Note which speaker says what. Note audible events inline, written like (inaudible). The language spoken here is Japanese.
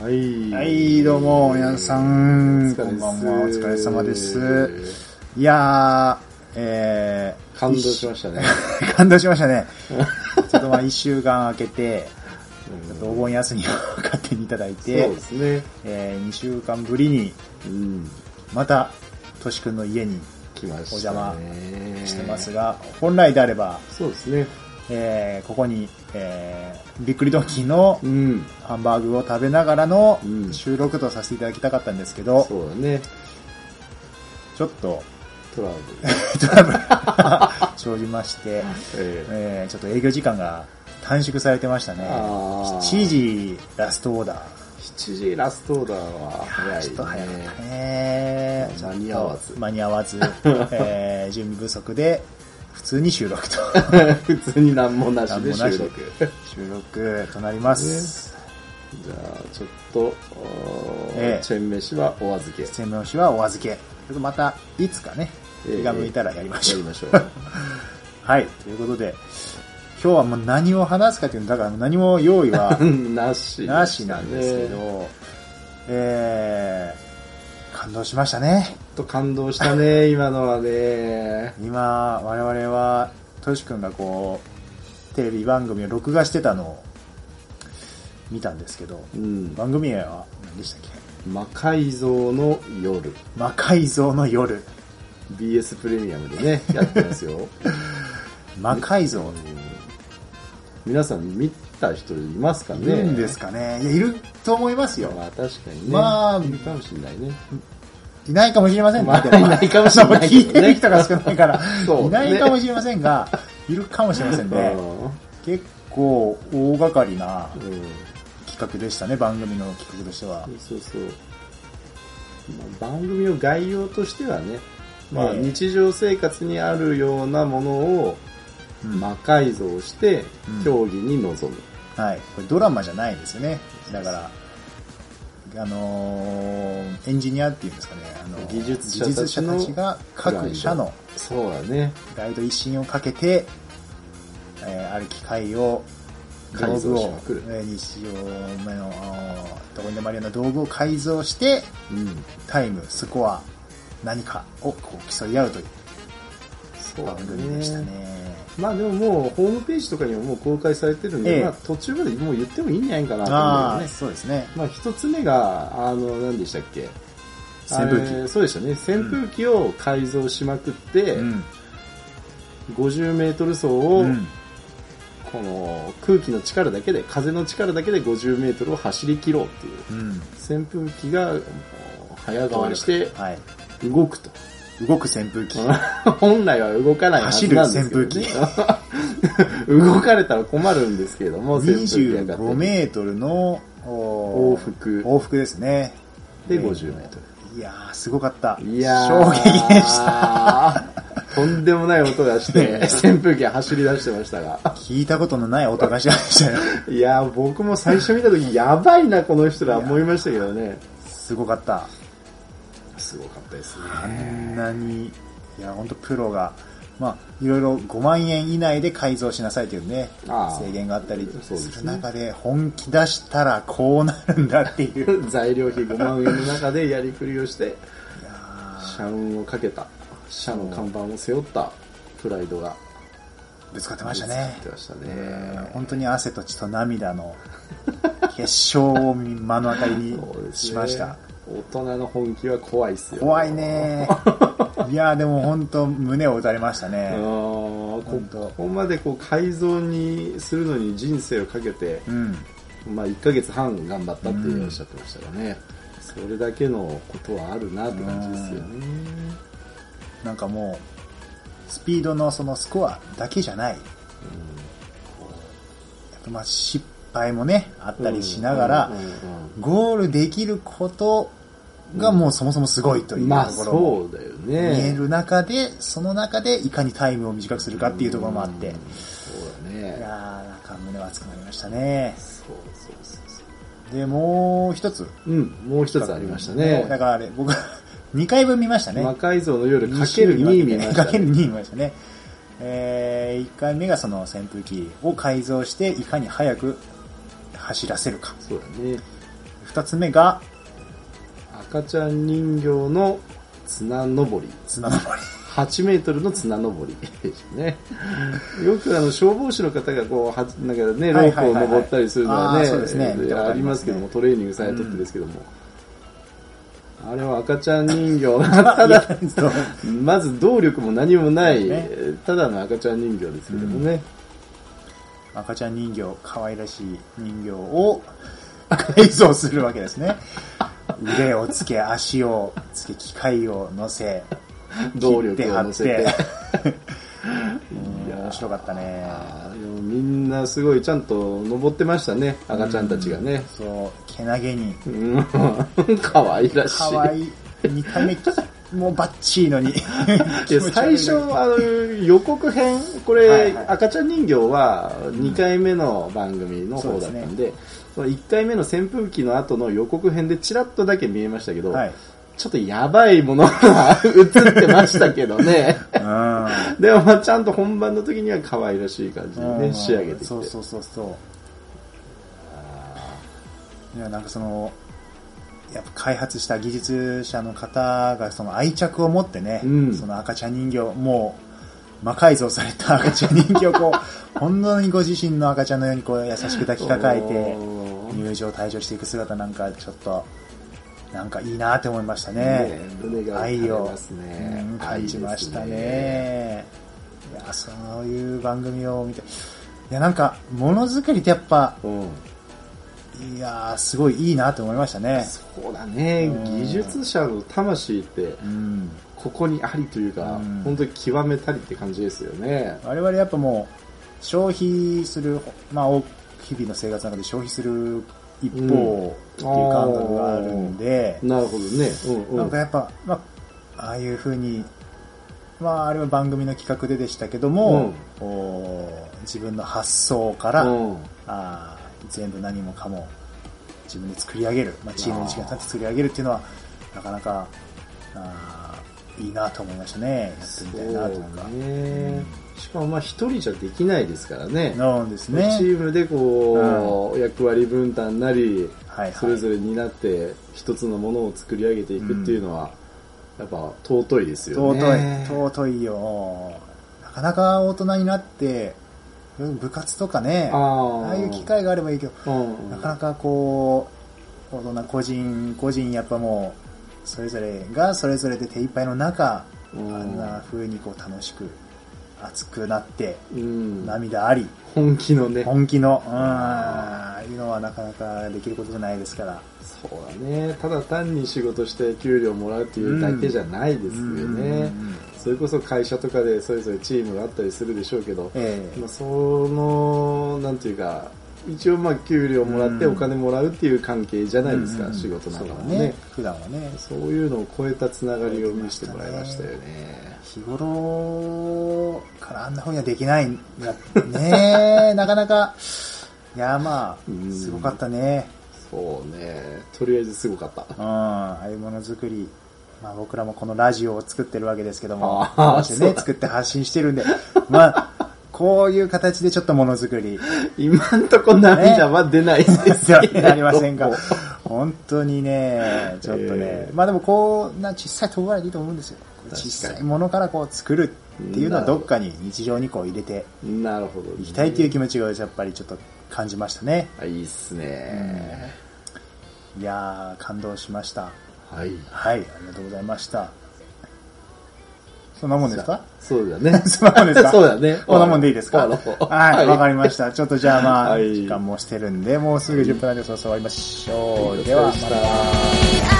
Speaker 1: はい。
Speaker 2: はい、どうも、皆さん、こんばんは、お疲れ様です。いやー、え
Speaker 1: 感動しましたね。
Speaker 2: ー、 (laughs) 感動しましたね。ちょっとまあ、一週間明けて、ちょっとお盆休みを勝手にいただい
Speaker 1: そう
Speaker 2: て
Speaker 1: で、すね。
Speaker 2: えー、二週間ぶりに、
Speaker 1: うん。
Speaker 2: また、としくんの家に
Speaker 1: 来ましたね。
Speaker 2: お邪魔してますが、本来であれば、
Speaker 1: そうですね。
Speaker 2: えー、ここに、えー、びっくりドンキーの
Speaker 1: うん。
Speaker 2: ハンバーグを食べながらの
Speaker 1: うん
Speaker 2: 収録とさせていただきたかったんですけど、
Speaker 1: そうだね。
Speaker 2: ちょっと、
Speaker 1: トラブル。
Speaker 2: トラブルが (laughs) 生じまして、
Speaker 1: ええ
Speaker 2: えーちょっと営業時間が短縮されてましたね。
Speaker 1: あー
Speaker 2: 7時ラストオーダー。
Speaker 1: 7時ラストオーダーは早い、ね。
Speaker 2: ちょっと早かったね。
Speaker 1: 間に合わず
Speaker 2: 間に合
Speaker 1: (laughs)
Speaker 2: わず、えー準備不足で、普通に収録と、
Speaker 1: (laughs) 普通に何もなしで
Speaker 2: 何もなし
Speaker 1: 収録。
Speaker 2: 収録となります。
Speaker 1: じゃあ、ちょっと、おー
Speaker 2: ええ
Speaker 1: チェーン飯はお預け。
Speaker 2: 出演用紙はお預け。ちょっとまた、いつかね、気が向いたらやりましょう。
Speaker 1: やりましょう。
Speaker 2: はい、ということで、今日はもう何を話すかっていうの、だから何も用意は (laughs)
Speaker 1: なし、
Speaker 2: なしなんですけど、。えー、感動しましたね。
Speaker 1: ちょっと感動したね、今のはね。
Speaker 2: 今、我々は、としくんがこう、テレビ番組を録画してたのを見たんですけど、
Speaker 1: うん。
Speaker 2: 番組名は何でしたっけ
Speaker 1: 魔改造の夜。
Speaker 2: 魔改造の夜。
Speaker 1: BS プレミアムで
Speaker 2: (laughs)
Speaker 1: ね、やってますよ。
Speaker 2: 魔改造。
Speaker 1: 皆さん見た人いますかね
Speaker 2: いるんですかねいや、いると思いますよ。
Speaker 1: まあ確かにね。
Speaker 2: まあ
Speaker 1: いるかもしれないね。
Speaker 2: いないかもしれませんね。
Speaker 1: まあ
Speaker 2: でも
Speaker 1: いないかもしれないけどね
Speaker 2: 聞いてる人が少ないから、
Speaker 1: そうね
Speaker 2: いないかもしれませんが、いるかもしれませんね。結構大掛かりな
Speaker 1: うんうん
Speaker 2: 企画でしたね、番組の企画としては。
Speaker 1: そうそう。まあ番組の概要としてはね、まあ
Speaker 2: ええ
Speaker 1: 日常生活にあるようなものを
Speaker 2: うん
Speaker 1: 魔改造して
Speaker 2: うん
Speaker 1: 競技に臨む。
Speaker 2: はい。これドラマじゃないですよね。だから、あのーエンジニアっていうんですかね、あのー
Speaker 1: 技術者
Speaker 2: 技術者たちが各社の
Speaker 1: そうだね。
Speaker 2: ガイド一新をかけて、えーある機械を、
Speaker 1: 改造しま
Speaker 2: を
Speaker 1: くる、
Speaker 2: えー日常目の、あーどこにでもあるような道具を改造して、
Speaker 1: うん。
Speaker 2: タイム、スコア、何かをこう競い合うという
Speaker 1: そうだ
Speaker 2: 番組でしたね。
Speaker 1: まあでももうホームページとかにももう公開されてるんで、
Speaker 2: ええ
Speaker 1: まあ途中までもう言ってもいいんじゃないかなと思
Speaker 2: あ
Speaker 1: うん
Speaker 2: あ
Speaker 1: だ
Speaker 2: ー、
Speaker 1: よね。
Speaker 2: そうですね。
Speaker 1: まあ一つ目が、あの、何でしたっけ
Speaker 2: 扇風機
Speaker 1: あれそうでしたね。扇風機を改造しまくって、
Speaker 2: うん。
Speaker 1: 50メートル走を、
Speaker 2: うん
Speaker 1: この空気の力だけで、風の力だけで50メートルを走り切ろうっていう。
Speaker 2: うん。
Speaker 1: 扇風機が、もう早変わりして
Speaker 2: はい。
Speaker 1: 動くと。 (laughs)
Speaker 2: 動く扇風機。
Speaker 1: 本来は動かないはずなんですけど、ね。
Speaker 2: 走る
Speaker 1: 機。 (laughs) 動かれたら困るんですけれども、扇風機が勝手
Speaker 2: 25
Speaker 1: に
Speaker 2: メートルのお
Speaker 1: 往
Speaker 2: ー
Speaker 1: 復
Speaker 2: 往復ですね。
Speaker 1: で50メート
Speaker 2: ル。いやー、すごかった。
Speaker 1: いや
Speaker 2: 衝
Speaker 1: ー
Speaker 2: 撃でした。
Speaker 1: (laughs) とんでもない音がして、 (laughs) 扇風機が走り出してましたが。
Speaker 2: 聞いたことのない音がしましたよ。
Speaker 1: いやー、僕も最初見た時、やばいな、この人ら思いましたけどね。
Speaker 2: (laughs) すごかった。
Speaker 1: すごかったですね。
Speaker 2: あんなに、いや、ほんとプロが、まあ、いろいろ5万円以内で改造しなさいというね、
Speaker 1: あー
Speaker 2: 制限があったり
Speaker 1: そうですね
Speaker 2: する中で、本気出したらこうなるんだっていう。
Speaker 1: 材料費5万円の中でやりくりをして、
Speaker 2: いやー
Speaker 1: 社運をかけた、社の看板を背負ったプライドが。
Speaker 2: ぶつかってました
Speaker 1: や
Speaker 2: ね
Speaker 1: っ。てました
Speaker 2: えー
Speaker 1: ね。
Speaker 2: 本当に汗と血と涙の決勝を目の当たり
Speaker 1: (laughs) そうです
Speaker 2: に
Speaker 1: ね
Speaker 2: しました。
Speaker 1: 大人の本気は怖いっすよ。
Speaker 2: 怖いね
Speaker 1: (laughs)
Speaker 2: いやーでも本当胸を打たれました
Speaker 1: あ
Speaker 2: ね。
Speaker 1: ー。こ
Speaker 2: 本当
Speaker 1: ここまでこう改造にするのに人生をかけて、
Speaker 2: うん。
Speaker 1: まあ、1ヶ月半頑張ったっておっしゃってましたからね、それだけのことはあるなって感じですよね。
Speaker 2: なんかもう、スピードのそのスコアだけじゃない。やっぱまあ失敗もね、あったりしながら
Speaker 1: うん、うん
Speaker 2: ゴールできることがもうそもそもすごいと
Speaker 1: う
Speaker 2: い
Speaker 1: ん
Speaker 2: う
Speaker 1: まあ
Speaker 2: ところも
Speaker 1: そうだよ
Speaker 2: 見え
Speaker 1: ね。
Speaker 2: る中で、その中でいかにタイムを短くするかっていうところもあって。
Speaker 1: うんそうだ
Speaker 2: い
Speaker 1: ね。
Speaker 2: やー、なんか胸は熱くなりましたね。
Speaker 1: そうそうそうそ
Speaker 2: で、もう一つ。
Speaker 1: う。うん、もう一つありましたね。
Speaker 2: だからあれ、僕、2回 (laughs) 分見ましたね。
Speaker 1: 魔改造の夜かける2見ました、ね。
Speaker 2: かける2見ましたね。えー、1回目がその扇風機を改造して、いかに早く走らせるか。
Speaker 1: そうだね。
Speaker 2: 二つ目が、
Speaker 1: 赤ちゃん人形の綱登り。
Speaker 2: 綱登り。
Speaker 1: 8メートルの綱登りですね。よくあの消防士の方がこう、はなんかね、ロ
Speaker 2: はい
Speaker 1: ープ
Speaker 2: は
Speaker 1: を
Speaker 2: いはいはい
Speaker 1: 登ったりするのは
Speaker 2: あー
Speaker 1: ね、
Speaker 2: そうですね
Speaker 1: えー
Speaker 2: 見たこと
Speaker 1: あ
Speaker 2: あり
Speaker 1: り
Speaker 2: ま
Speaker 1: ますす
Speaker 2: ね
Speaker 1: けども、トレーニングされとってですけども。あれは赤ちゃん人形、 (laughs) た
Speaker 2: いや
Speaker 1: だ、まず動力も何もない、
Speaker 2: そうね
Speaker 1: ただの赤ちゃん人形ですけどもね。
Speaker 2: (laughs) 赤ちゃん人形、可愛らしい人形を改造するわけですね。腕をつけ、足をつけ、機械を乗せ、
Speaker 1: 動力を乗せて。
Speaker 2: 切っ
Speaker 1: い
Speaker 2: て貼
Speaker 1: (laughs) や
Speaker 2: 面白かったね。
Speaker 1: あーでもみんなすごいちゃんと登ってましたね、赤ちゃんたちがね。
Speaker 2: そう、けなげに、
Speaker 1: うん、 (laughs) 可愛らしい。
Speaker 2: 可愛い見た目き、もうバッチリのに。 (laughs)
Speaker 1: で最初、あの、予告編、これ、
Speaker 2: はいはい
Speaker 1: 赤ちゃん人形は2回目の番組の方だった
Speaker 2: そうん
Speaker 1: で、その1回目の扇風機の後の予告編でチラッとだけ見えましたけど、
Speaker 2: はい。
Speaker 1: ちょっとやばいものが映ってましたけど
Speaker 2: (laughs)
Speaker 1: ね。
Speaker 2: う
Speaker 1: でも、まあちゃんと本番の時には可愛らしい感じに
Speaker 2: ん。
Speaker 1: ね、仕上げてきて。
Speaker 2: そうそうそうそう。いや、なんかその、やっぱ開発した技術者の方がその愛着を持ってね、
Speaker 1: うん
Speaker 2: その赤ちゃん人形、もう、魔改造された赤ちゃん人形を
Speaker 1: (laughs)
Speaker 2: こう、本当にご自身の赤ちゃんのようにこう優しく抱きかかえて、
Speaker 1: おーね
Speaker 2: 入場退場していく姿なんかちょっと、なんかいいなって思いましたね。
Speaker 1: え胸が打た
Speaker 2: 愛
Speaker 1: れ
Speaker 2: を
Speaker 1: ますね
Speaker 2: うん
Speaker 1: 愛
Speaker 2: 感
Speaker 1: で
Speaker 2: じ
Speaker 1: す
Speaker 2: ました
Speaker 1: ね
Speaker 2: ね。いや、そういう番組を見て、いや、なんか、ものづくりってやっぱ、
Speaker 1: うん
Speaker 2: いやー、すごいいいなと思いましたね。
Speaker 1: そうだね
Speaker 2: うん
Speaker 1: 技術者の魂って
Speaker 2: うん。
Speaker 1: ここにありというか、
Speaker 2: うん
Speaker 1: 本当に極めたりって感じですよね。
Speaker 2: 我々やっぱもう、消費する、まあ、お日々の生活の中で消費する一方っていう感覚があるんで、
Speaker 1: なるほどね。うんう
Speaker 2: なん
Speaker 1: ん
Speaker 2: か。やっぱ、まあ、ああいう風に、まあ、あれは番組の企画ででしたけども、こう自分の発想から、
Speaker 1: うん
Speaker 2: あー全部何もかも自分で作り上げる、まあ、チームの一員が立って作り上げるっていうのは、なかなか、あーいいなと思いましたね。やってみたいなというか。
Speaker 1: ね。しかもまあ一人じゃできないですからね。
Speaker 2: なんです
Speaker 1: チ
Speaker 2: ね。
Speaker 1: ームでこう、役割分担なり、
Speaker 2: はい
Speaker 1: そ
Speaker 2: は
Speaker 1: れ
Speaker 2: い。
Speaker 1: ぞれ担って一つのものを作り上げていくっていうのは、やっぱ尊いですよ
Speaker 2: 尊い
Speaker 1: ね。、
Speaker 2: 尊いよ。なかなか大人になって、部活とかね、あ
Speaker 1: あ
Speaker 2: あいう機会があればいいけど、
Speaker 1: が、うん
Speaker 2: なかなかこう、大人個人、個人やっぱもう、それぞれがそれぞれで手一杯の中、
Speaker 1: うん
Speaker 2: あんな風にこう楽しく、熱くなって、
Speaker 1: うん
Speaker 2: 涙あり、
Speaker 1: 本気のね、
Speaker 2: 本気の、うん、いうのはなかなかできることじゃないですから。
Speaker 1: そうだね。ただ単に仕事して給料もらうっていうだけじゃないですよね。それこそ会社とかでそれぞれチームがあったりするでしょうけど、
Speaker 2: ええ
Speaker 1: まあ、その、なんていうか、一応まあ給料もらって
Speaker 2: うん
Speaker 1: お金もらうっていう関係じゃないですか、仕事なんかは
Speaker 2: そうだ
Speaker 1: ね
Speaker 2: ね。。普段はね、
Speaker 1: そういうのを超えたつながりを見せてもらいましたよね。
Speaker 2: 日頃からあんな風にはできないんだねなかなか、いや、まあ、
Speaker 1: うん
Speaker 2: すごかったね。
Speaker 1: そうね。とりあえずすごかった。 (laughs)
Speaker 2: うん、ああいうものづくり。まあ僕らもこのラジオを作ってるわけですけども、
Speaker 1: あー
Speaker 2: こうして
Speaker 1: そ
Speaker 2: ね、
Speaker 1: うだ
Speaker 2: 作って発信してるんで、まあ、こういう形でちょっとものづくり、
Speaker 1: 今んとこ涙は出ないです
Speaker 2: で
Speaker 1: よ
Speaker 2: はなりませんが
Speaker 1: (laughs) どうも、
Speaker 2: 本当にね、ちょっとね、
Speaker 1: えー
Speaker 2: まあでもこう、な小さいところからでいいと思うんですよ。小さいものからこう作るっていうのはどっかに日常にこう入れて
Speaker 1: (laughs) なるほど、ね。
Speaker 2: いきたいという気持ちがやっぱりちょっと感じましたね。
Speaker 1: あいいっすね。
Speaker 2: いやー、感動しました。
Speaker 1: はい。
Speaker 2: はい、ありがとうございました。そんなもんですか
Speaker 1: そうだね。
Speaker 2: (laughs) そんなもんですか
Speaker 1: (laughs) そうだね。
Speaker 2: こんなもんでいいですか
Speaker 1: 終わろう
Speaker 2: はい、わかりました。ちょっとじゃあまあ、
Speaker 1: はい
Speaker 2: 時間もしてるんで、もうすぐ10分なんでそうそう終わりましょ
Speaker 1: は
Speaker 2: う。
Speaker 1: い
Speaker 2: では、ま
Speaker 1: お疲れ様でした
Speaker 2: た。